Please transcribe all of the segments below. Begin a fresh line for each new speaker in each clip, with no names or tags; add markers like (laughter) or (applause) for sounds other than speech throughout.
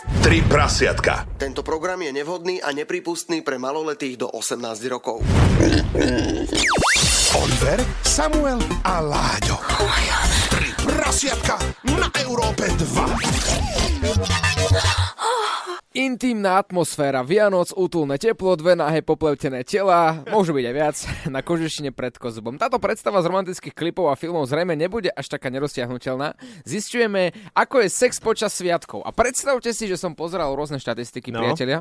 Tri prasiatka.
Tento program je nevhodný a nepripustný pre maloletých do 18 rokov.
Oliver, Samuel a Láďo. Tri prasiatka na Európe 2.
Intimná atmosféra Vianoc, útulné teplo, dve nahé poplevtené tela, môžu byť aj viac, (laughs) na kožešine pred kozubom. Táto predstava z romantických klipov a filmov zrejme nebude až taká neroztiahnutelná. Zistujeme, ako je sex počas sviatkov. A predstavte si, že som pozeral rôzne štatistiky, no. priatelia,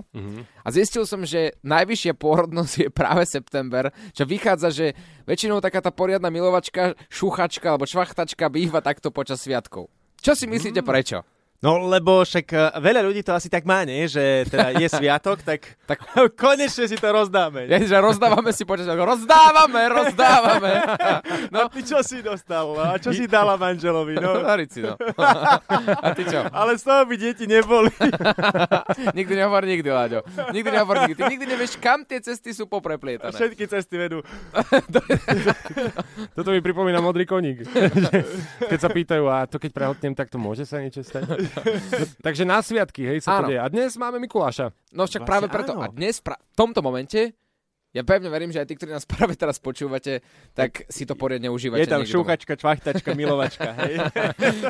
a zistil som, že najvyššia pôrodnosť je práve september, čo vychádza, že väčšinou taká tá poriadna milovačka, šuchačka alebo čvachtačka býva takto počas sviatkov. Čo si myslíte, prečo?
No lebo však eh, veľa ľudí to asi tak má, nie? Že teda (laughs) je sviatok, tak, tak (laughs) konečne si to rozdáme.
Ja, že rozdávame si počas Rozdávame, rozdávame.
No. A ty čo si dostal? A čo (laughs) si dala manželovi?
No,
No?
Darici, no. A ty čo?
Ale z toho by deti (laughs) neboli.
Nikdy nehovor nikdy, Láďo. Nikdy nehovor nikdy. Ty nikdy nevieš, kam tie cesty sú popreplietané.
Všetky cesty vedú.
Toto mi pripomína modrý koník. (laughs) keď sa pýtajú, a to keď prehotnem, tak to môže sa niečo
(laughs)
stať. No, takže na sviatky, hej, sa
Áno.
to deje. A dnes máme Mikuláša.
No však práve
Vlastne
preto.
áno.
A dnes, pra- v tomto momente, ja pevne verím, že aj tí, ktorí nás (laughs) práve teraz počúvate, tak si to poriadne užívate.
Je tam
niekde doma.
šúchačka, čvachtačka, milovačka. Hej.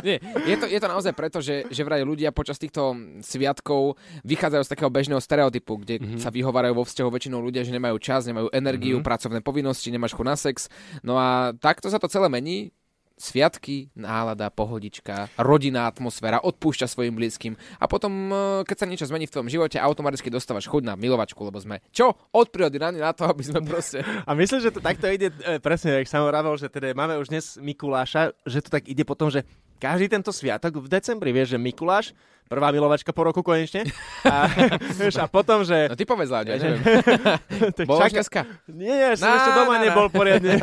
Nie, je to, je to naozaj preto, že, že vraj ľudia počas týchto sviatkov vychádzajú z takého bežného stereotypu, kde
Mhm.
mm-hmm. sa vyhovárajú vo vzťahu väčšinou ľudia, že nemajú čas, nemajú energiu, mm-hmm. pracovné povinnosti, nemáš chu na sex. No a takto sa to celé mení. Sviatky, nálada, pohodička, rodinná atmosféra, odpúšťa svojim blízkym a potom, e, keď sa niečo zmení v tvojom živote, automaticky dostávaš chuť na milovačku, lebo sme čo? Od prírody rany na to, aby sme
(laughs)
proste...
(laughs) A myslím, že to takto ide, e, presne, jak som hovoril, že teda máme už dnes Mikuláša, že to tak ide potom, že každý tento sviatok v decembri, vieš, že Mikuláš, prvá milovačka po roku konečne, (laughs) a, vieš, a potom, že...
No ty povedz, Láďo, ja neviem.
(laughs) tak
Bola už
čaká-
dneska?
Nie, ja som
Na,
ešte doma
na, na.
nebol
(laughs)
poriadne.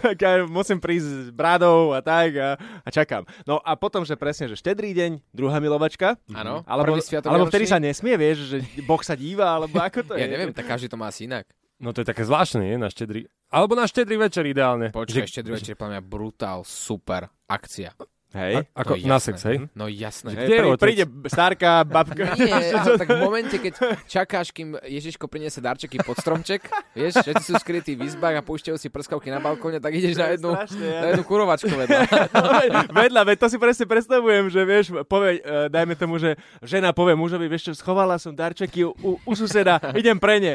Tak ja Musím prísť s bradou a tak a, a čakám. No a potom, že presne, že štedrý deň, druhá milovačka. Mhm.
Áno,
Alebo,
prvý sviatok
alebo vtedy
Vianočný.
sa nesmie, vieš, že Boh sa díva, alebo ako to
Ja
je.
neviem, tak každý to má asi inak.
No to je také zvláštne, nie? Na štedrý. Alebo na štedrý večer ideálne.
Počkaj, ešte druhý večer, podľa mňa brutál, super akcia.
Hej.
A, ako
je
na
jasné.
sex, hej?
No jasné.
Hej,
Kde je
prí,
otec?
príde starka, babka.
Nie, ale tak v momente, keď čakáš, kým Ježiško priniesie darčeky pod stromček, vieš, všetci sú skrytí v izbách a púšťajú si prskavky na balkóne, tak ideš
To je
na jednu,
strašné, ja.
na jednu kurovačku vedľa.
(laughs) vedľa, veď to si presne predstavujem, že vieš, povie, eh, dajme tomu, že žena povie mužovi, vieš čo, schovala som darčeky u, u, u suseda, idem pre
(laughs)
ne.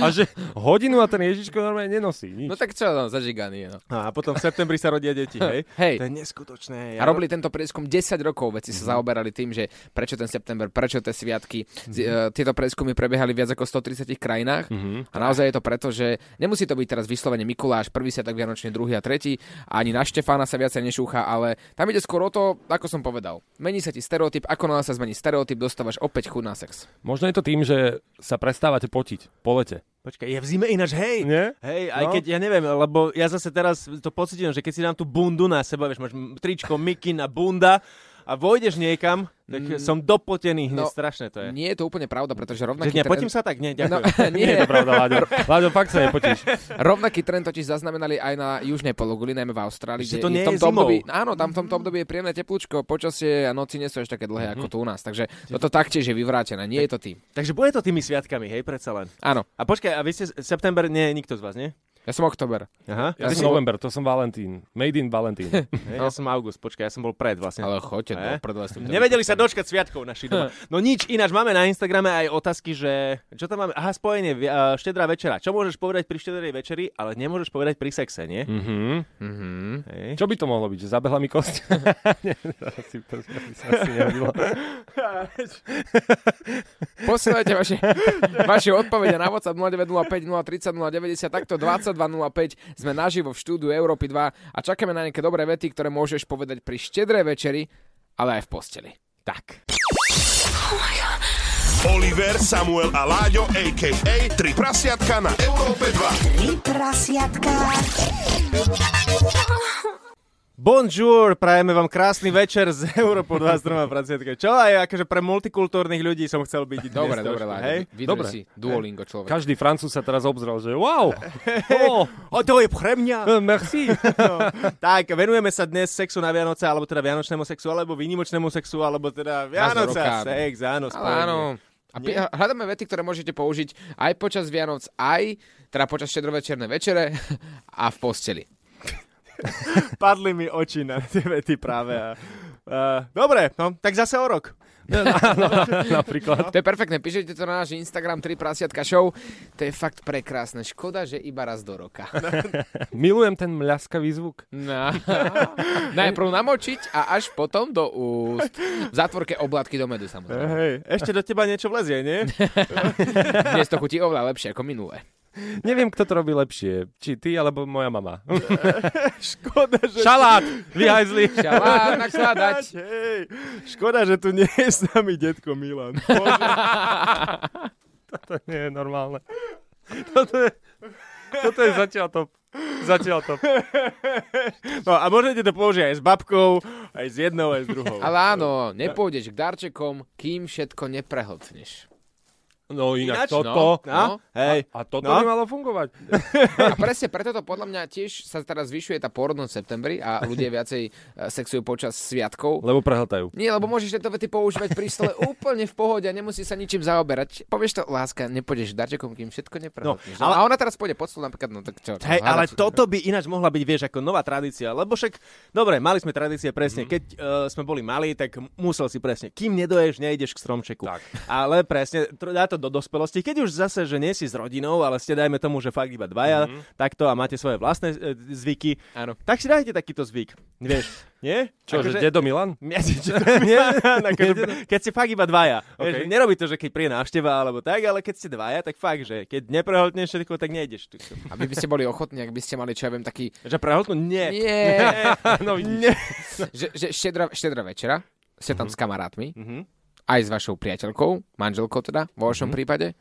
A že hodinu a ten Ježiško normálne nenosí. Nič.
No tak čo, no, zažiganý. je, No.
No a potom v septembri sa rodia
(laughs)
deti, hej?
Hej.
To je neskutočné.
A robili tento prieskum 10 rokov, veci
Mhm.
sa zaoberali tým, že prečo ten september, prečo tie sviatky. Z,
Mhm.
e, tieto prieskumy prebiehali viac ako 130 krajinách a naozaj je to preto, že nemusí to byť teraz vyslovene Mikuláš, prvý sviatok Vianočný, druhý a tretí, a ani na Štefána sa viacej nešúcha, ale tam ide skôr o to, ako som povedal. Mení sa ti stereotyp, ako náhle sa zmení stereotyp, dostávaš opäť chuť na sex.
Možno je to tým, že sa prestávate potiť po lete.
Počkaj, je v zime ináč, hej.
Nie?
Hej, aj
No.
keď ja neviem, lebo ja zase teraz to pocitím, že keď si dám tú bundu na seba, vieš, máš m- tričko, mikin a bunda a vojdeš niekam, tak som dopotený,
Mm. No,
hneď strašne to je.
Nie je to úplne pravda, pretože
Že
rovnaký
ne,
trend-
potím sa tak? Nie,
No,
ďakujem.
(laughs) nie,
Je to pravda, Láďo. Láďo, fakt sa nepotíš.
Rovnaký trend totiž zaznamenali aj na južnej pologuli, najmä v Austrálii. kde
Že to
je
nie
v tomto
je zimou.
období, áno, tam v tomto období je príjemné teplúčko, počasie a noci nie sú až také
Mhm.
dlhé ako tu u nás. Takže toto taktiež je vyvrátené, nie je to tým.
Takže bude to tými sviatkami, hej, predsa len.
Áno,
A počkaj, a vy ste september, nie, nikto z vás, nie?
ja som oktober.
Aha.
Ja som november, to som Valentín. Made in Valentín.
(laughs)
Hej, ja som august, počkaj, ja som bol pred vlastne.
no. Ale no, choďte do
Eh?
prdele s tým.
Nevedeli sa dočkať sviatkov naši doma. No nič, ináč máme na Instagrame aj otázky, že čo tam máme? Aha, spojenie, vi- a, štedrá večera. Čo môžeš povedať pri štedrej večeri, ale nemôžeš povedať pri sexe, nie?
Hm.
Mhm.
Mhm.
Hej.
Čo by to mohlo byť? Že zabehla mi (laughs) kosť? Nie, asi, to by sa asi nehodilo.
Posielajte vaše,
(laughs)
vaše odpovede na WhatsApp 0905 030 090, takto 2205. Sme naživo v štúdiu Európy 2 a čakáme na nejaké dobré vety, ktoré môžeš povedať pri štedrej večeri, ale aj v posteli.
Tak.
Oliver, Samuel a Láďo, a.k.a. Tri prasiatka na Európe 2.
Tri prasiatka.
(laughs) Bonjour, prajeme vám krásny večer z Európu 23. Franciatka. Čo aj akože pre multikultúrnych ľudí som chcel byť dnes
Dobre,
trošku,
dobre,
hej?
Láďo, vydrž
Dobre.
si Duolingo človek.
Každý Francúz sa teraz obzrel, že (laughs) wow,
Oh, o, to je pre mňa.
eh, merci.
(laughs) No. tak, venujeme sa dnes sexu na Vianoce, alebo teda vianočnému sexu, alebo výnimočnému sexu, alebo teda Vianoca,
roka.
sex,
Ale
áno, spojenie.
áno. A pi-
Nie?
hľadáme vety, ktoré môžete použiť aj počas Vianoc, aj teda počas štedrovečernej večere (laughs) a v posteli.
Padli mi oči na tie vety práve. A, uh, dobre, no, tak zase o rok.
Napríklad.
To je perfektné, píšete to na náš Instagram 3 prasiatka show. To je fakt prekrásne. Škoda, že iba raz do roka.
Milujem ten mľaskavý zvuk.
No. (laughs) Najprv namočiť a až potom do úst. V zátvorke oblátky do medu samozrejme.
Hej, ešte do teba niečo vlezie, nie?
Dnes to chutí oveľa lepšie ako minulé.
Neviem, kto to robí lepšie. Či ty, alebo moja (laughs) mama.
Škoda, že...
Šalát! Vyhajzli.
Šalát nakladať.
Hej, škoda, že tu nie je s nami detko Milan. Bože.
To nie je normálne. Toto je, toto je zatiaľ top. Zatiaľ top.
No a môžete to použiť aj s babkou, aj s jednou, aj s
(laughs)
druhou.
Ale áno, nepôjdeš k darčekom, kým všetko neprehltneš.
No inak
Ináč, No,
toto.
No.
hej.
A toto
No.
by malo fungovať.
A No, presne preto to podľa mňa tiež sa teraz zvyšuje tá porodnosť v septembri a ľudia viacej eh, sexujú počas sviatkov.
Lebo prehltajú.
Nie, lebo môžeš tieto vety používať pri stole úplne v pohode a nemusíš sa ničím zaoberať. Povieš to, láska, nepôjdeš darčekom, kým všetko neprehltneš.
No,
No,
ale-
ale... A ona teraz pôjde pod stôl napríklad, no tak čo?
Hej,
hádam
ale
sa.
toto by ináč mohla byť, vieš, ako nová tradícia, lebo však, dobre, mali sme tradície
Mhm.
presne, keď uh, sme boli mali, tak m- musel si presne, kým nedoješ, nejdeš k stromčeku.
Tak.
Ale presne, tr- dá to do dospelosti, keď už zase, že nie si s rodinou, ale ste, dajme tomu, že fakt iba dvaja,
Mhm.
takto a máte svoje vlastné e, zvyky,
Áno.
tak si dajte takýto zvyk, vieš, nie? Akože-
Čo, že dedo
(laughs)
Milan?
nie, akože, keď ste fakt iba dvaja. Okay.
OK.
Nerobí to, že keď príde návšteva alebo tak, ale keď ste dvaja, tak fakt, že keď neprehltneš všetko, tak nejdeš. tu.
A vy by ste boli ochotní, ak by ste mali, čo ja viem, taký...
Že prehltnú? (laughs) Nie. (laughs)
Nie,
No vidíš.
že, že štedra, štedra večera, ste tam s kamarátmi,
Mhm.
aj s vašou priateľkou, manželkou teda, vo vašom prípade,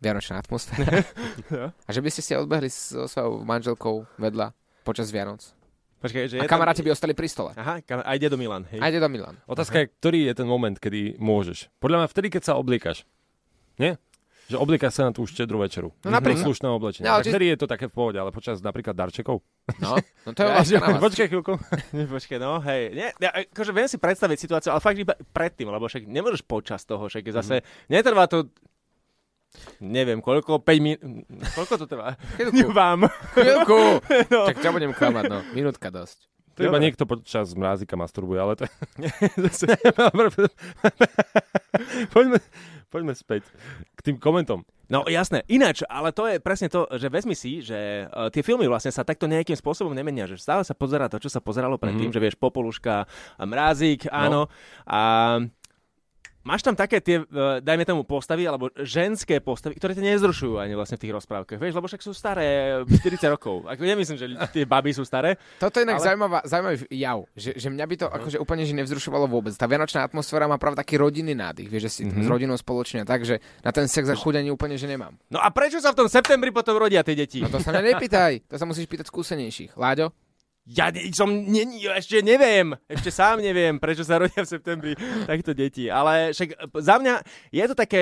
vianočná
(laughs)
atmosféra. a že by ste si odbehli so svojou manželkou vedľa počas Vianoc.
Počkaj, že
A
je
kamaráti
tam...
by ostali pri stole.
Aha, kam... aj dedo Milan. Hej.
Ajde do Milan.
Otázka je, ktorý je ten moment, kedy môžeš. Podľa mňa vtedy, keď sa obliekaš. Nie? Že obliekaš sa na tú štedrú večeru.
No napríklad.
Do slušného oblečenia.
No, ale
No,
či-
Vtedy je to také v pohode, ale počas napríklad darčekov.
No, no
(laughs)
to je otázka na vás.
Počkaj chvíľku.
Počkaj, no, hej. Nie, ja, akože viem si predstaviť situáciu, ale fakt iba predtým, lebo však nemôžeš počas toho, však je zase
Mhm.
netrvá to neviem koľko, 5 minút, koľko to trvá?
Chvíľku,
(laughs) Vám.
chvíľku. Čak, čo budem klamať, no. Minútka dosť.
To iba
Dobre.
niekto počas mrázika masturbuje, ale
(laughs)
to...
Zase.
poďme, poďme späť k tým komentom.
No jasné, ináč, ale to je presne to, že vezmi si, že uh, tie filmy vlastne sa takto nejakým spôsobom nemenia, že stále sa pozerá to, čo sa pozeralo predtým, mm-hmm. že vieš, Popoluška, a Mrázik, áno, a máš tam také tie, uh, dajme tomu postavy, alebo ženské postavy, ktoré ťa nezrušujú ani vlastne v tých rozprávkach, vieš, lebo však sú staré eh, 40 rokov, ako nemyslím, že tie baby sú staré,
Toto je inak
Ale- Mhm.
ale... zaujímavá, zaujímavý jav, že, že mňa by to akože úplne že nevzrušovalo vôbec. Tá vianočná atmosféra má práve taký rodinný nádych, vieš, že si
Mhm.
mm-hmm. s rodinou spoločne, a tak, že na ten sex a chuť ani úplne, že nemám.
no a prečo sa v tom septembri potom rodia tie deti?
No to sa mňa nepýtaj, to sa musíš pýtať skúsenejších. Láďo?
Ja ne, som, ne, ešte neviem, ešte sám neviem, prečo sa rodia v septembri takto deti, ale však e, za mňa je to také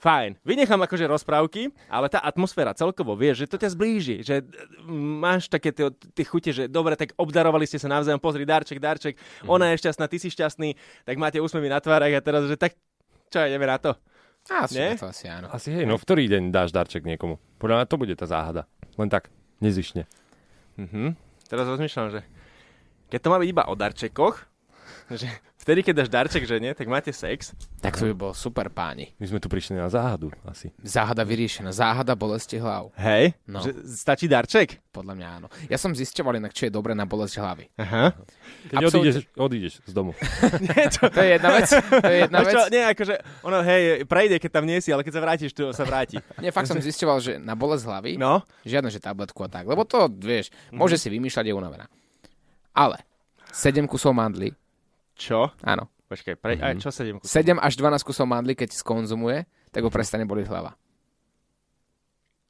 fajn. Vynechám akože rozprávky, ale tá atmosféra celkovo, vieš, že to ťa zblíži, že e, máš také tie, tie chute, že dobre, tak obdarovali ste sa navzájom, pozri, darček, darček,
Mhm.
ona je šťastná, ty si šťastný, tak máte úsmevy na tvárach a teraz, že tak, čo, ideme na to.
Á,
Nie?
super, to asi áno.
Asi hej, no v ktorý deň dáš darček niekomu? Podľa mňa to bude tá záhada. Len tak, nezišne.
Mhm. Teraz rozmýšľam, že keď to má byť iba o darčekoch, že vtedy, keď dáš darček žene, tak máte sex,
Tak to by bol super páni.
My sme tu prišli na záhadu asi.
Záhada vyriešená, záhada bolesti hlav.
Hej,
No.
no. že stačí darček?
Podľa mňa áno. Ja som zisťoval inak, čo je dobré na bolesť
(laughs)
hlavy.
Aha.
Keď
Absolútne.
odídeš, odídeš z domu.
To je jedna vec, to je jedna
No
vec.
čo, nie, akože, ono, hej, prejde, keď tam nie si, ale keď sa vrátiš, tu sa vráti.
Nie, fakt som zisťoval, že na bolesť hlavy
No, Mhm.
Žiadne, že tabletku a tak. Lebo to, vieš, môže si vymýšľať, je unavená. Ale 7 kusov mandly,
čo?
áno.
Počkaj, pre... mm-hmm. aj čo sedem kusov?
7 až 12 kusov mandly, keď skonzumuje, tak ho prestane boliť hlava.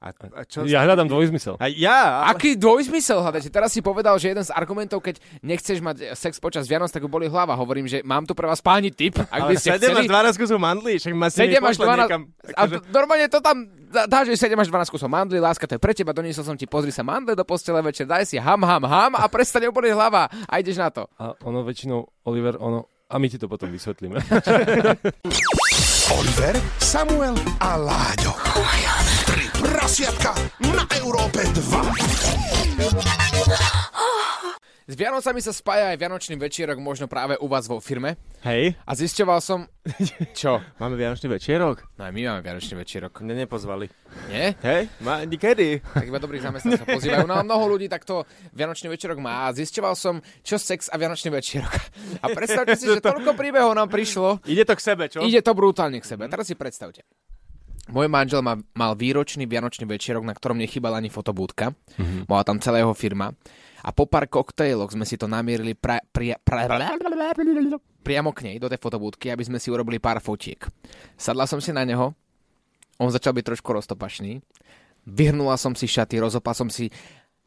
A, a čo?
Ja hľadám dvojzmysel.
A ja, ale...
Aký dvojzmysel hľadáte? Teraz si povedal, že jeden z argumentov, keď nechceš mať eh, sex počas Vianoc, tak mu boli hlava. Hovorím, že mám tu pre vás páni tip, ak by
ale
ste
7
chceli.
až 12 kusov mandlí, však ma si
7 až 12...
niekam.
A
Akože,
to- normálne to tam dá- dá, že 7 až 12 kusov mandly, láska, to je pre teba, doniesol som ti, pozri sa mandle do postele večer, daj si ham, ham, ham a prestane oboriť hlava a ideš na to.
A ono väčšinou, Oliver, ono... A my ti to potom (laughs) vysvetlíme.
Oliver, Samuel a Láďo. Tri prasiatka na Európe 2.
S Vianocami sa spája aj Vianočný večierok možno práve u vás vo firme
hej,
a zisťoval
(laughs)
som, čo?
máme Vianočný večerok.
No aj my máme Vianočný večierok,
Mne nepozvali.
nie?
Hej, ma, nikedy.
tak iba dobrých zamestnancov pozývajú. No a mnoho ľudí takto Vianočný večerok má. A zisťoval som, čo sex a Vianočný večerok. A predstavte si, že toľko príbehov nám prišlo.
Ide to k sebe, čo?
Ide to brutálne k sebe. Teraz si predstavte. Môj manžel ma, mal výročný vianočný večerok, na ktorom nechybala ani fotobúdka. Mm-hmm. Bola tam celá jeho firma. A po pár koktejloch sme si to namierili pra, pri, pra, priamo k nej, do tej fotobúdky, aby sme si urobili pár fotiek. Sadla som si na neho, on začal byť trošku roztopašný, vyhrnula som si šaty, rozopla som si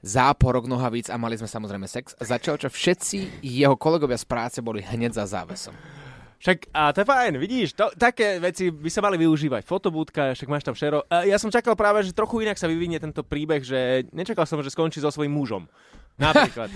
záporok nohavíc a mali sme samozrejme sex. Začal, čo všetci jeho kolegovia z práce boli hneď za závesom.
Však, a to je fajn, vidíš, to, také veci by sa mali využívať. Fotobúdka, však máš tam šero. E, ja som čakal práve, že trochu inak sa vyvinie tento príbeh, že nečakal som, že skončí so svojím mužom.
(laughs)
Napríklad.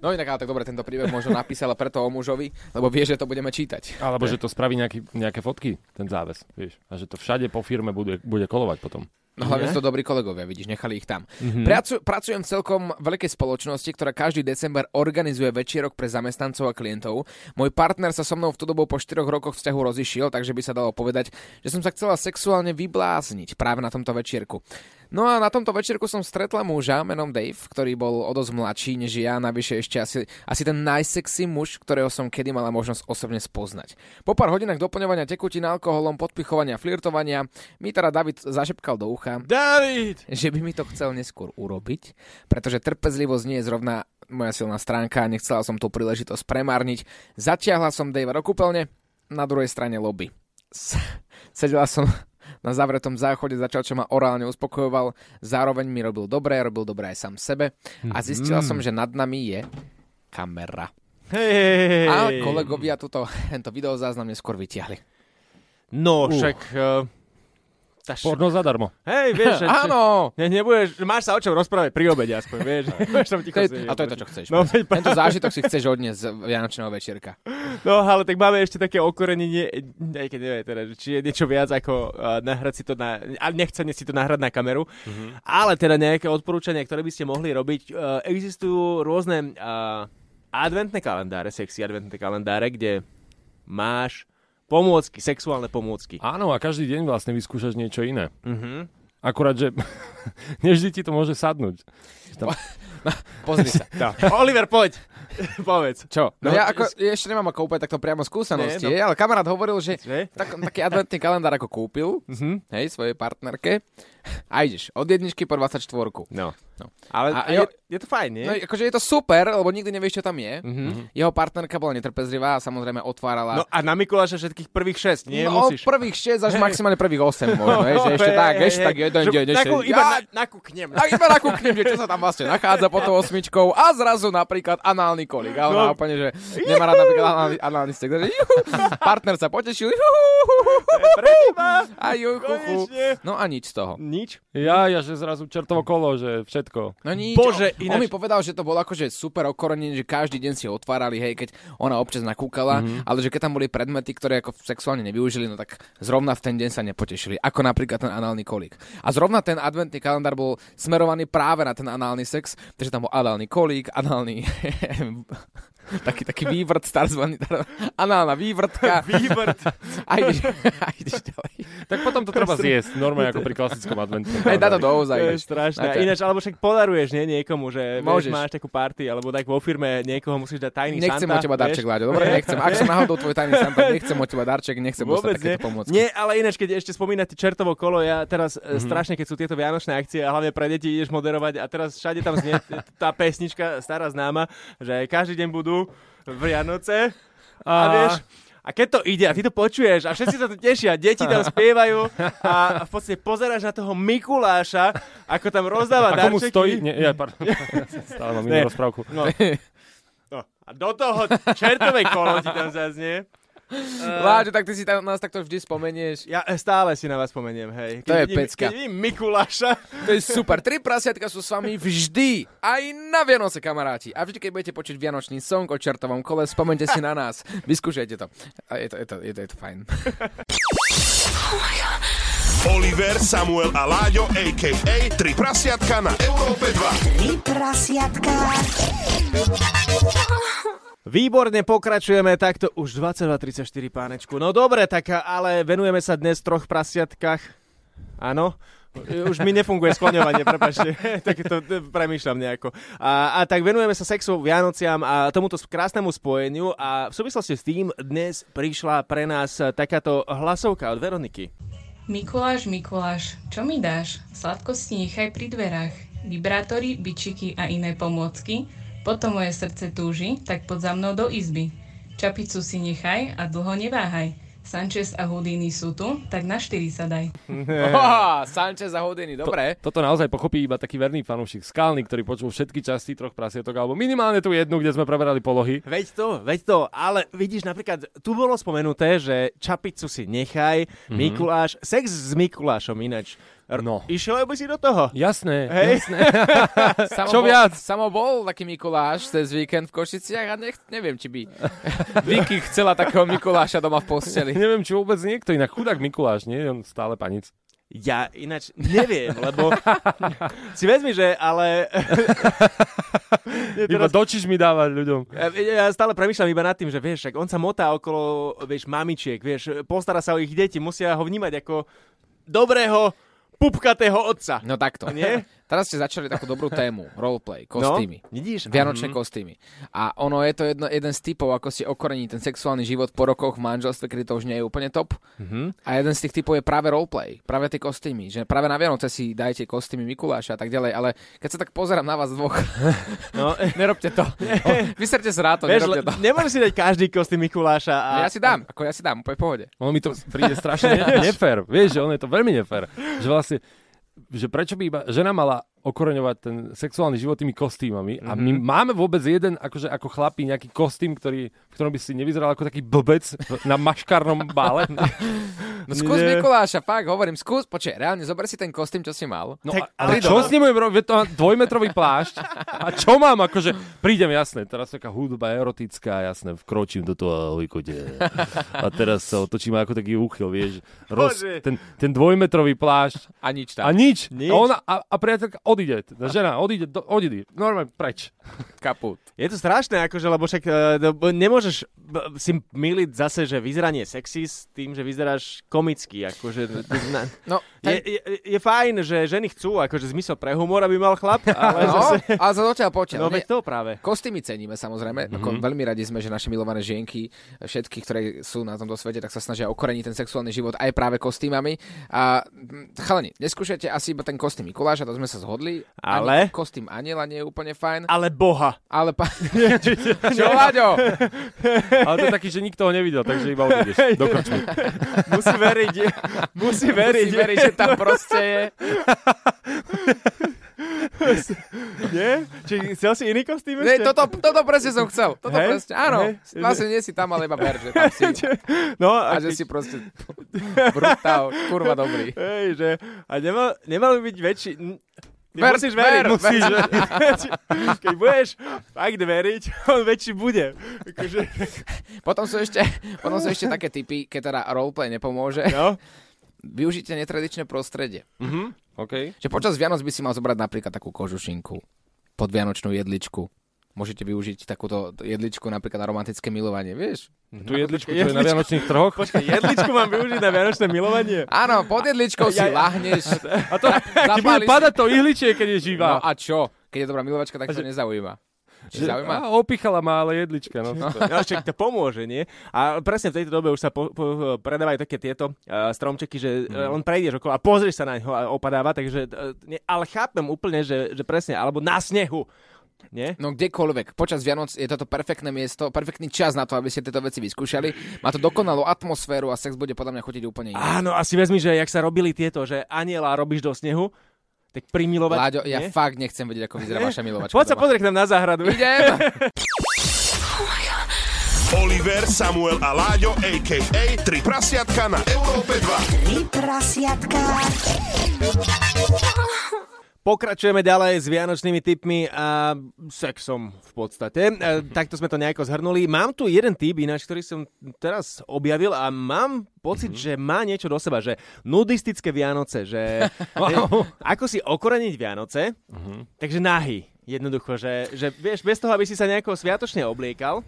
No inak, ale tak dobre, tento príbeh možno napísala preto o mužovi, lebo vie, že to budeme čítať.
Alebo že to spraví nejaký, nejaké fotky, ten záves, vieš. A že to všade po firme bude, bude kolovať potom.
No hlavne sú to dobrí kolegovia, vidíš, nechali ich tam. Mm-hmm. Pracu, pracujem v celkom veľkej spoločnosti, ktorá každý december organizuje večierok pre zamestnancov a klientov. Môj partner sa so mnou v tú dobu po 4 rokoch vzťahu rozišiel, takže by sa dalo povedať, že som sa chcela sexuálne vyblázniť práve na tomto večierku. No a na tomto večierku som stretla muža menom Dave, ktorý bol o dosť mladší než ja, navyše ešte asi, asi ten najsexy muž, ktorého som kedy mala možnosť osobne spoznať. Po pár hodinách doplňovania tekutín alkoholom, podpichovania, flirtovania, mi teda David zašepkal do ucha,
David!
že by mi to chcel neskôr urobiť, pretože trpezlivosť nie je zrovna moja silná stránka a nechcela som tú príležitosť premárniť. Zatiahla som Davea do kúpeľne, na druhej strane lobby. S- Sedela som na zavretom záchode, začal, čo ma orálne uspokojoval, zároveň mi robil dobré, robil dobré aj sám sebe a zistila som, že nad nami je kamera.
Hej, hej, hej, hej.
A kolegovia túto, tento videozáznam neskôr vytiahli.
No, však... Uh, tá š...
Porno zadarmo.
Hej,
(laughs)
vieš, že...
Áno!
Ne, nebudeš, máš sa o čom rozprávať pri obede aspoň, vieš.
(laughs)
Budeš tam ticho
To je,
sedieť.
a to je to, čo chceš.
No,
No,
veď
Tento zážitok si chceš odniesť z Vianočného večerka.
No ale tak máme ešte také okorenenie, aj keď neviem teda, že či je niečo viac ako uh, nahrať si to na, a nechcene si to nahrať na kameru,
Mhm.
mm-hmm. ale teda nejaké odporúčania, ktoré by ste mohli robiť. Uh, existujú rôzne uh, adventné kalendáre, sexy adventné kalendáre, kde máš pomôcky, sexuálne pomôcky.
Áno, a každý deň vlastne vyskúšaš niečo iné.
Mm-hmm.
Mhm. Akurát, že (laughs) nevždy ti to môže sadnúť.
Pozri sa.
No. (laughs) Oliver, poď, povedz.
Čo? No,
No,
ja ako,
ty
ešte nemám ako úplne takto priamo skúsenosti,
Nie, no.
hej, ale kamarát hovoril, že
Že? Mhm.
tak, taký adventný kalendár ako kúpil, hej, svojej partnerke a ideš od jedničky po 24.
No.
No.
Ale
A
je,
jo-
je to fajn, nie? Mhm.
No akože je to super, lebo nikdy nevieš, čo tam je. Mm-hmm. Jeho partnerka bola netrpezlivá a samozrejme otvárala...
No a na Mikuláša všetkých prvých šesť, nie?
No,
Musíš. No,
prvých 6 až maximálne prvých 8 možno, hej,
(laughs)
že ešte tak, ešte tak jeden deň, ešte...
Takú iba
Ja-
na, nakúknem.
A iba nakúknem, že čo sa tam vlastne nachádza pod tou osmičkou a zrazu napríklad análny kolik. A ona
No.
úplne, že nemá rád napríklad análny, análny stek. Takže juhu, partner sa potešil. Juhu,
Pre teba.
a juhu.
Konečne.
No a nič z toho.
Nič.
Ja, ja, že zrazu čertovo kolo, že všetko.
No nič.
Bože,
on,
ináč-
on mi povedal, že to bolo akože super okorenenie, že každý deň si ho otvárali, hej, keď ona občas nakúkala,
Mhm.
mm-hmm. ale že keď tam boli predmety, ktoré ako sexuálne nevyužili, no tak zrovna v ten deň sa nepotešili, ako napríklad ten análny kolík. A zrovna ten adventný kalendár bol smerovaný práve na ten análny sex, takže tam bol análny kolík, análny (laughs) taký, taký vývrt, starzvaný, análna
(laughs)
vývrtka
Výbert.
a ideš, a ideš
(laughs)
ďalej.
Tak potom to (laughs) treba zjesť, normálne ako pri klasickom adventnom
Aj dá to
kalendári.
doozaj.
To je
vieš.
strašné.
Na to-
Ináč, alebo však podaruješ nie, niekomu, že vieš,
Môžeš.
máš takú party, alebo tak vo firme niekoho musíš dať tajný
Nechcem
Santa.
od teba darček,
vieš?
Láďo, dobre? Nechcem. Ak som náhodou tvoj tajný
(laughs)
Santa, nechcem od teba darček, nechcem dostať
Vôbec nie.
takéto pomôcky.
nie, ale ináč, keď ešte spomínate čertovo kolo, ja teraz mm-hmm. strašne, keď sú tieto vianočné akcie, a hlavne pre deti ideš moderovať a teraz všade tam znie t- tá pesnička stará známa, že každý deň budú Vianoce a, a
A-
vieš, a A keď to ide a ty to počuješ a všetci sa to tešia, deti tam spievajú a v podstate pozeráš na toho Mikuláša, ako tam rozdáva
A komu
darčeky.
stojí? Nie, ja, (laughs) pardon. Stále mám
Ne.
inú rozprávku.
No. no. A do toho čertovej kolo ti tam zaznie.
Láďo, tak ty si tam, nás takto vždy spomenieš.
Ja stále si na vás spomeniem, hej. Keď
To je
vidím,
pecka.
Keď vidím Mikuláša,
To je super. Tri prasiatka sú s vami vždy. Aj na Vianoce, kamaráti. A vždy, keď budete počuť Vianočný song o čertovom kole, spomente si na
(laughs)
nás. Vyskúšajte to. A je to, je to, je to, je to fajn.
Oliver, Samuel a Láďo, a.k.a. Tri prasiatka na Európe 2.
Tri prasiatka.
Výborne pokračujeme takto už 22.34 pánečku. No dobre, tak ale venujeme sa dnes troch prasiatkách. Áno, už mi nefunguje skloňovanie, prepačte, (laughs) tak to e, premýšľam nejako. A, a tak venujeme sa sexu, Vianociam a tomuto krásnemu spojeniu a v súvislosti s tým dnes prišla pre nás e, takáto hlasovka od Veroniky.
Mikuláš, Mikuláš, čo mi dáš? Sladkosti nechaj pri dverách. Vibrátory, bičiky a iné pomôcky. Potom moje srdce túži, tak pod za mnou do izby. Čapicu si nechaj a dlho neváhaj. Sanchez a Houdini sú tu, tak na štyri sa daj.
(laughs) Oh, Sanchez a Houdini,
(laughs)
dobre.
Toto naozaj pochopí iba taký verný fanúšik Skalný, ktorý počul všetky časti troch prasietok, alebo minimálne tú jednu, kde sme preberali polohy.
Veď to, veď to, ale vidíš napríklad, tu bolo spomenuté, že čapicu si nechaj,
Mhm.
Mikuláš, sex s Mikulášom ináč. R-
No.
Išiel by si do toho?
Jasné. (laughs)
Hej.
Samo
Čo
bol,
viac?
Samo bol taký Mikuláš cez víkend v Košiciach a nech, neviem, či by
(laughs)
Vicky chcela takého Mikuláša doma v posteli.
Neviem, či vôbec niekto inak. Chudák Mikuláš, nie? On stále panic.
Ja ináč neviem,
(laughs)
lebo si vezmi, že ale... Ja
Iba
teraz,
dočiš mi dávať ľuďom.
ja ja stále premýšľam iba nad tým, že vieš, však on sa motá okolo, vieš, mamičiek, vieš, postará sa o ich deti, musia ho vnímať ako dobrého, pupkatého otca.
No takto.
Nie?
Teraz ste začali takú dobrú tému, roleplay, kostýmy.
No, vidíš?
Vianočné kostýmy. A ono je to jedno, jeden z typov, ako si okorení ten sexuálny život po rokoch v manželstve, kedy to už nie je úplne top.
Mhm.
Mm-hmm. A jeden z tých typov je práve roleplay, práve tie kostýmy. Že práve na Vianoce si dajte kostýmy Mikuláša a tak ďalej, ale keď sa tak pozerám na vás dvoch,
No,
(laughs) nerobte
(laughs)
to. Vyserte z ráto,
vieš,
nerobte
le-
to. No
nemôžeš si dať každý kostým Mikuláša. A...
Ja si dám, ako ja si dám, úplne v pohode.
Ono mi to príde
(laughs)
strašne (laughs) ne- nefér. Vieš, že ono je to veľmi nefér. Že vlastne, že prečo by iba žena mala okoreňovať ten sexuálny život tými kostýmami a
Mhm.
my máme vôbec jeden, akože ako chlapí, nejaký kostým, ktorý, v ktorom by si nevyzeral ako taký blbec na maškárnom
(laughs)
bále.
No skús
Nie.
Mikuláša, fakt, hovorím, skús, počkaj, reálne, zober si ten kostým, čo si mal.
No
Tak,
tak, a,
ale
ale čo
dobre.
s ním budem robiť? Veď To mám dvojmetrový plášť. A čo mám? Akože prídem, jasné, teraz taká hudba erotická, jasné, vkročím do toho ahoj kote. A teraz sa otočím ako taký úchyl, vieš. Roz,
Bože.
ten, ten dvojmetrový plášť.
A nič
A
tam,
nič.
Nič.
A, ona, a, a priateľka odíde. Tá žena odíde, do, odíde. Normálne preč.
kaput.
Je to strašné, akože, lebo však e, no, b- nemôžeš b- si miliť zase, že vyzeranie sexy s tým, že vyzeráš
(laughs)
komicky. Akože, t- t- na,
No,
je, je, je fajn, že ženy chcú, akože zmysel pre humor, aby mal
(laughs)
chlap, ale
no,
zase...
ale za zatiaľ potiaľ.
No veď to Mhm. práve.
Kostýmy ceníme samozrejme, mm-hmm. veľmi radi sme, že naše milované žienky, všetky, ktoré sú na tomto svete, tak sa snažia okoreniť ten sexuálny život aj práve kostýmami. A mm, chalani, neskúšajte asi iba ten kostým Mikuláša, to sme sa zhodli. Ani,
Ale?
kostým Aniela nie je úplne fajn,
Ale boha.
ale...
(laughs)
Pa... (laughs) Čo, Láďo?
Ale to je taký, že nikto ho nevidel, takže iba odídeš. Do krčmy.
Musí veriť.
(laughs)
Musí veriť.
Si verí, že tam proste je.
(laughs) Nie? Či chcel si iný kostým
Ne,
ešte?
toto, toto presne som chcel. Toto
Hej?
presne, áno.
Hej?
Vlastne nie si tam, ale iba ber, že tam si.
(laughs) No,
A že si
(laughs)
proste brutál, kurva dobrý.
Hej, že... A nemal, nemal by byť väčší... n- Ty
Ver-
musíš veriť,
ver-
musíš veriť. (laughs) Keď budeš fakt veriť, on väčší bude. Akože,
Potom sú ešte, (laughs) potom sú ešte také typy, keď teda roleplay nepomôže.
(laughs)
no.
Využite netradičné prostredie.
OK.
Že počas Vianoc by si mal zobrať napríklad takú kožušinku, podvianočnú jedličku. Môžete využiť takúto jedličku napríklad na romantické milovanie, vieš?
Tu jedličku, čo je na Vianočných trhoch.
Počkaj, jedličku mám využiť na vianočné milovanie.
Áno, pod jedličkou si
Ja-
lahneš.
(laughs) A to, ti bude
Zapáliš-
padať to ihličie, keď je živá.
No a čo? Keď je dobrá milovačka, tak to nezaujíma. Či zaujíma?
A opichala ma, ale jedlička. No.
No, však to pomôže, nie? A presne v tejto dobe už sa po, po, predávajú také tieto uh, stromčeky, že uh,
Mm.
on prejdeš okolo a e, pozrieš sa na ňo a opadáva, takže, uh, nie, ale chápem úplne, že, že presne, alebo na snehu. Nie?
No kdekoľvek. Počas Vianoc je toto perfektné miesto, perfektný čas na to, aby ste tieto veci vyskúšali. Má to dokonalú atmosféru a sex bude podľa mňa chutiť úplne iný.
Áno, asi vezmi, že jak sa robili tieto, že aniela robíš do snehu, tak primilovať.
Láďo, ja
nie?
fakt nechcem vedieť, ako vyzerá vaša milovačka.
Poď sa
doma.
pozrieť k nám na záhradu.
Idem! (laughs)
Oliver, Samuel a Láďo, a.k.a. Tri prasiatka na Európe 2.
Tri prasiatka.
Pokračujeme ďalej s vianočnými tipmi a sexom v podstate. E, takto sme to nejako zhrnuli. Mám tu jeden tip ináč, ktorý som teraz objavil a mám pocit, mm-hmm. že má niečo do seba, že nudistické Vianoce, že wow. ako si okoreniť Vianoce, mm-hmm. takže nahy. Jednoducho, že, že vieš, bez toho, aby si sa nejako sviatočne obliekal,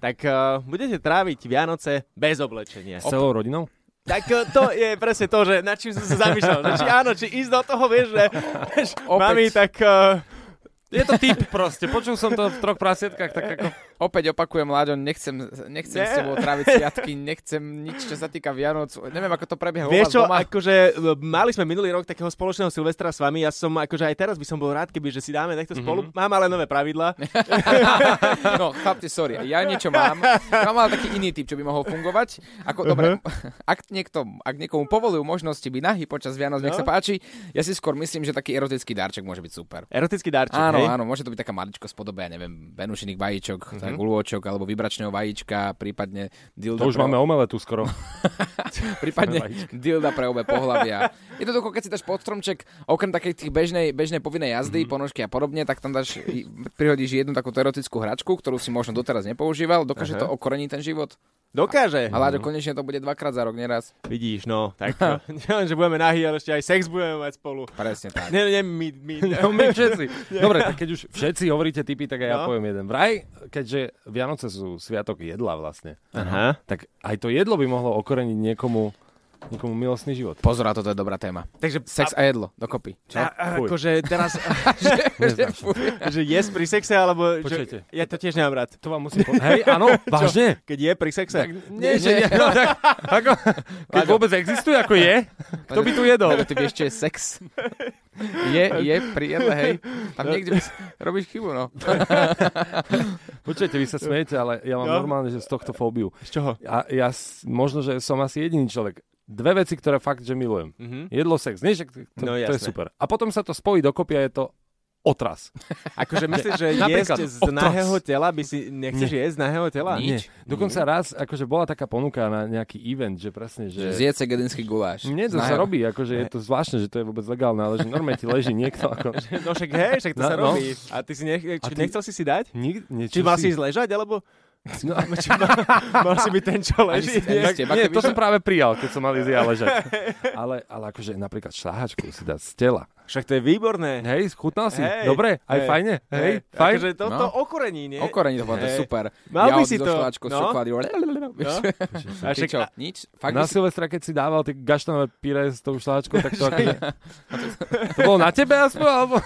tak uh, budete tráviť Vianoce bez oblečenia.
S celou rodinou?
Tak e, to je presne to, že nad čím som sa zamýšľal. Že či áno, či ísť do toho, vieš, že vieš,
Opäť.
mami, tak... Uh,
Je to typ proste. Počul som to v troch prasietkách, tak ako... (laughs)
Opäť opakujem, Láďo, nechcem, nechcem
Ne.
s tebou tráviť sviatky, nechcem nič, čo sa týka Vianoc. Neviem, ako to prebieha u vás
vieš čo,
doma.
akože e, mali sme minulý rok takého spoločného Silvestra s vami, ja som akože aj teraz by som bol rád, keby že si dáme takto mm-hmm. spolu. Mám ale nové pravidla.
(laughs) No, chlapci, sorry, ja niečo mám. Ja mám ale taký iný typ, čo by mohol fungovať. Ako, dobre,
Mhm.
(laughs) ak, niekto, ak niekomu povolujú možnosti byť nahý počas Vianoc, nech sa
No.
páči, ja si skôr myslím, že taký erotický darček môže byť super.
Erotický darček,
Áno,
hej?
áno, môže to byť taká maličko spodoba, ja neviem, venušiných vajíčok, mm-hmm. guľôčok alebo vybračného vajíčka, prípadne dilda,
To už
pre,
máme omele tu skoro.
(laughs) prípadne dilda pre obe pohľavia. Je to keď si dáš pod stromček, okrem takej tých bežnej, bežnej povinnej jazdy, mm-hmm. ponožky a podobne, tak tam dáš, i- prihodíš jednu takú erotickú hračku, ktorú si možno doteraz nepoužíval, dokáže to okoreniť ten život.
Dokáže.
A Láďo, konečne to bude dvakrát za rok, neraz.
Vidíš, no, tak to. (laughs) Nielen, že budeme nahý, ale ešte aj sex budeme mať spolu.
Presne tak.
Ne, ne, my, my.
(laughs) No, my všetci. Dobre, tak keď už všetci hovoríte typy, tak aj ja
No.
poviem jeden. Vraj, keďže Vianoce sú sviatok jedla vlastne,
Aha.
tak aj to jedlo by mohlo okoreniť niekomu, niekomu milostný život.
Pozor, a toto je dobrá téma.
Takže
Sex a jedlo, dokopy.
A, a,
Fuj.
akože teraz, (laughs)
Neznám.
že jes pri sexe, alebo...
Počujete.
Že, ja to tiež nemám rád.
To vám musím povedať. Hej, áno, vážne.
Keď je pri sexe. Tak,
Nie, že nie. No, tak, ako, keď vôbec existuje, ako je, kto by tu jedol?
Lebo ty vieš, čo je sex. Je, je pri jedle, hej. Tam niekde by si- robíš chybu, no.
Počujete, vy sa smejete, ale ja mám
No.
normálne, že z tohto fóbiu.
Z čoho?
A ja s- možno, že som asi jediný človek. Dve veci, ktoré fakt, že milujem. Jedlo, sex. Nie, že to,
No,
to je
jasné.
super. A potom sa to spojí dokopy a je to otras. (laughs)
Akože myslíš, že
Napríklad
jesť z
otras.
nahého tela by si... Nechceš jesť z nahého tela?
Nič.
Dokonca raz, akože bola taká ponuka na nejaký event, že presne, že...
Zjedz egedinský guláš.
Nie, to sa robí, akože je to zvláštne, že to je vôbec legálne, ale že normálne ti leží
(laughs)
niekto ako...
No však hej, však to
No,
sa
no.
robí. A ty si nech, či
ty-
nechcel si si dať?
Nik, nie,
Či
čo
mal si ísť ležať, alebo...
No.
(laughs) Či
(laughs)
mal, mal si byť ten, čo leží?
si- ani
Tak-
Tak,
ste,
nie,
Bakovi,
to
že-
som práve prijal, keď som mal ísť ja
(laughs)
ležať. Ale, ale akože napríklad šláhačku si dať z tela.
Však to je výborné.
Hej, chutnal si?
Hej,
Dobre, aj
hej,
fajne? Hej, fajn?
Akože to,
No.
to okorení, nie?
Okorení to, bolo, to je
Hej.
super.
Mal by
Jahody
si
so
to,
šláčkou,
no.
šokolády.
No.
A
A
ty
však-
čo,
a-
nič? Fakt by
na
si...
Silvestra, keď si dával tie gaštanové pire s tou šláčkou, tak
(laughs)
to akože... to bolo na tebe aspoň? Alebo...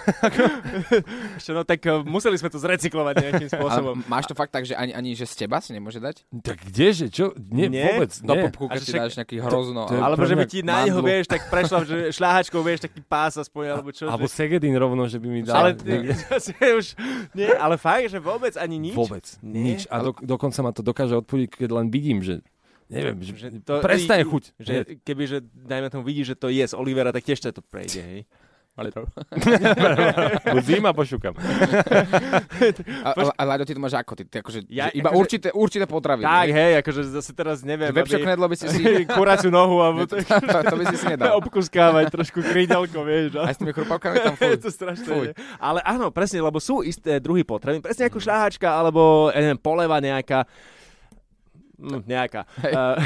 Čo, no tak eh, museli sme to zrecyklovať
(laughs)
nejakým
Ale
spôsobom.
máš to fakt tak, že ani, ani že z teba si nemôže dať?
Tak kdeže, čo? Nie,
Nie?
vôbec
Do
nie.
pupku,
A
keď
že
si
však-
dáš nejaký hrozno.
to je-
ale-
Alebo že by
Pre mňa
ti na neho,
mandlu.
vieš, tak prešla že šláhačkou, vieš, taký pás aspoň, alebo čo.
Alebo
že-
Segedin rovno, že by mi dal.
ale
niekde.
(laughs) ty, zase už, nie, ale fakt, že vôbec ani nič.
Vôbec, nič. A do, dokonca ma to dokáže odpudiť, keď len vidím, že... Neviem, že,
Že
to, prestane
i-
chuť.
Že, (laughs) keby, že dajme tomu vidíš, že to je z Olivera, tak tiež ťa to prejde, hej.
Buď zima pošukam.
A, a, a Láďo, ty to máš ako? Ty, ty akože,
Ja-
že iba
akože-
určité, určité potraviny.
Tak,
hej?
hej, akože zase teraz neviem,
Že Vepšo knedlo by si
(laughs)
si...
kuraciu nohu, alebo
to,
tak
(laughs) to, to by si si
(laughs)
nedal.
obkuskávať trošku krídelko, vieš. No.
Aj s tými chrupavkami tam
(laughs) je
fuj.
to strašné.
Fuj.
nie? Mhm. Ale áno, presne, lebo sú isté druhy potravín, presne ako šláhačka, alebo, ja neviem, poleva nejaká, Mm, nejaká. Uh,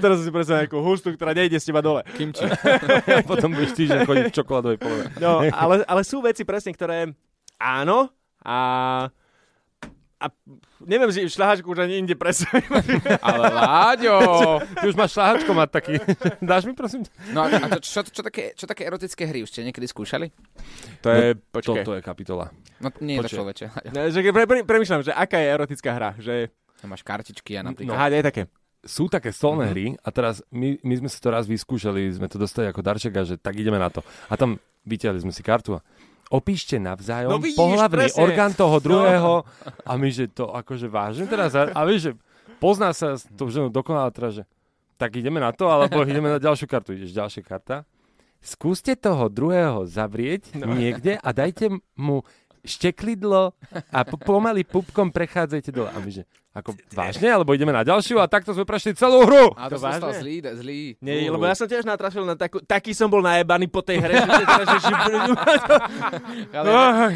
(laughs) teraz si predstavím nejakú hustu, ktorá nejde s teba dole.
Kimči.
A (laughs) potom budeš týždeň chodiť v čokoládovej polove.
No, ale, ale sú veci presne, ktoré áno a a neviem, že šľahačku už ani inde
(laughs)
presvedčím.
Ale Láďo!
Ty už máš šláhačko mať taký. (laughs) Dáš mi prosím?
No a, a to, čo, čo, také, čo také erotické hry už ste niekedy skúšali?
To (laughs)
je-
počkaj.
Toto je kapitola.
No nie je to
Počkaj.
človeče. Láďo.
Ne, Že, pre, pre, premýšľam, že aká je erotická hra. Že...
Máš kartičky a napríklad.
No. Aha, nie také.
Sú také
Mhm.
stolné hry a teraz my, my sme si to raz vyskúšali, sme to dostali ako darček a že tak ideme na to. A tam vyťahli sme si kartu a opíšte navzájom
No vidíš,
pohlavný
presne. No.
orgán toho druhého a my, že to akože vážne teraz, a, a vieš, že pozná sa s tou ženou dokonale teraz, že tak ideme na to, alebo ideme na ďalšiu kartu. Ideš ďalšia karta. Skúste toho druhého zavrieť no. niekde a dajte mu šteklidlo a po- pomaly pupkom prechádzajte dole. A my, že ako vážne, alebo ideme na ďalšiu a takto sme prešli celú hru.
A to,
To
som stal
vážne? No.
zlý, zlý.
Nie, lebo ja som tiež natrafil na takú... Taký som bol najebaný po tej hre, že, že, že,
(laughs)
že
Ale,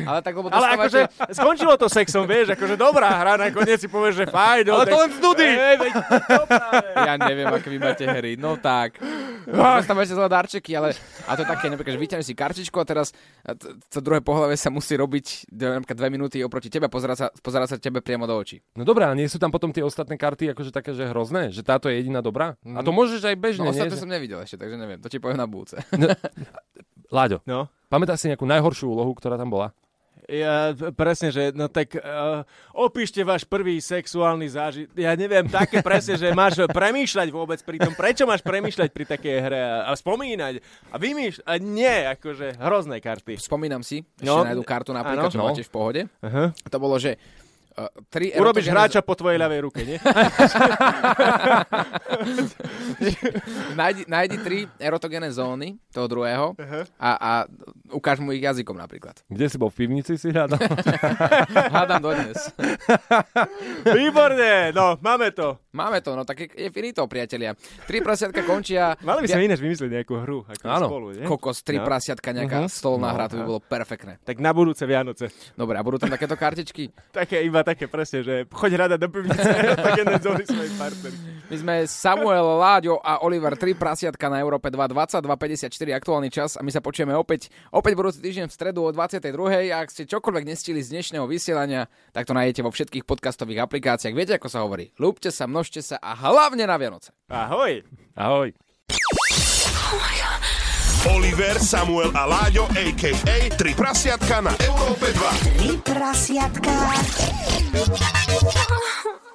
ale tak, lebo
Ale
dostávate-
akože skončilo to sexom, vieš, akože dobrá hra, nakoniec si povieš, že fajn. no
Ale
tak-
to len z nudy.
Ej, veď to práve.
Ja neviem, aké vy máte hry. No tak. Teraz tam ešte zlé darčeky, ale... A to je také, napríklad, že vyťahneš si kartičku a teraz a t- to druhé pohlave sa musí robiť d- napríklad dve minúty oproti tebe a pozera sa, pozera sa tebe priamo do očí.
No dobrá, a nie sú tam potom tie ostatné karty akože také, že hrozné? Že táto je jediná dobrá? A to môžeš aj bežne,
No
nie?
ostatné
Že...
som nevidel ešte, takže neviem. To ti poviem na búce.
Láďo,
No.
pamätáš si nejakú najhoršiu úlohu, ktorá tam bola?
Ja, p- presne, že no tak uh, opíšte váš prvý sexuálny zážitok. Ja neviem, také presne, že máš premýšľať vôbec pri tom. Prečo máš premýšľať pri takej hre a, a spomínať a vymýšľať? A nie, akože hrozné karty.
(laughs) Spomínam si, ešte
No.
na jednu kartu napríklad,
Áno.
čo
No.
máte v pohode.
Aha.
To bolo, že uh, tri
Urobíš
erotogénne-
hráča po tvojej ľavej ruke, nie?
Najdi, najdi tri erotogénne zóny toho druhého a, a ukáž mu ich jazykom
(laughs)
napríklad.
Kde si bol v pivnici si
(laughs)
hľadal?
(laughs) Hádam dodnes.
(laughs) Výborne, no, máme to.
Máme to, no tak je, je finito, priatelia. Tri prasiatka končia...
Mali by sme ináč vymyslieť nejakú hru ako
Áno.
spolu, nie?
Kokos, tri
No.
prasiatka, nejaká stolná hra, to by bolo perfektné.
tak na budúce Vianoce.
Dobre, a budú tam takéto kartičky.
Také iba také presne, že choď rada do (laughs) pivnice, také nedzoli svojej partnerky.
My sme Samuel, Láďo a Oliver, tri prasiatka na Európe 2, 22.54 aktuálny čas a my sa počujeme opäť, opäť budúci týždeň v stredu o 22.00 a ak ste čokoľvek nestili z dnešného vysielania, tak to nájdete vo všetkých podcastových aplikáciách. Viete, ako sa hovorí? Lúbte sa, množte sa a hlavne na Vianoce.
Ahoj.
Ahoj.
Oliver, Samuel a Láďo, a.k.a. Tri prasiatka na Európe 2.
Tri prasiatka.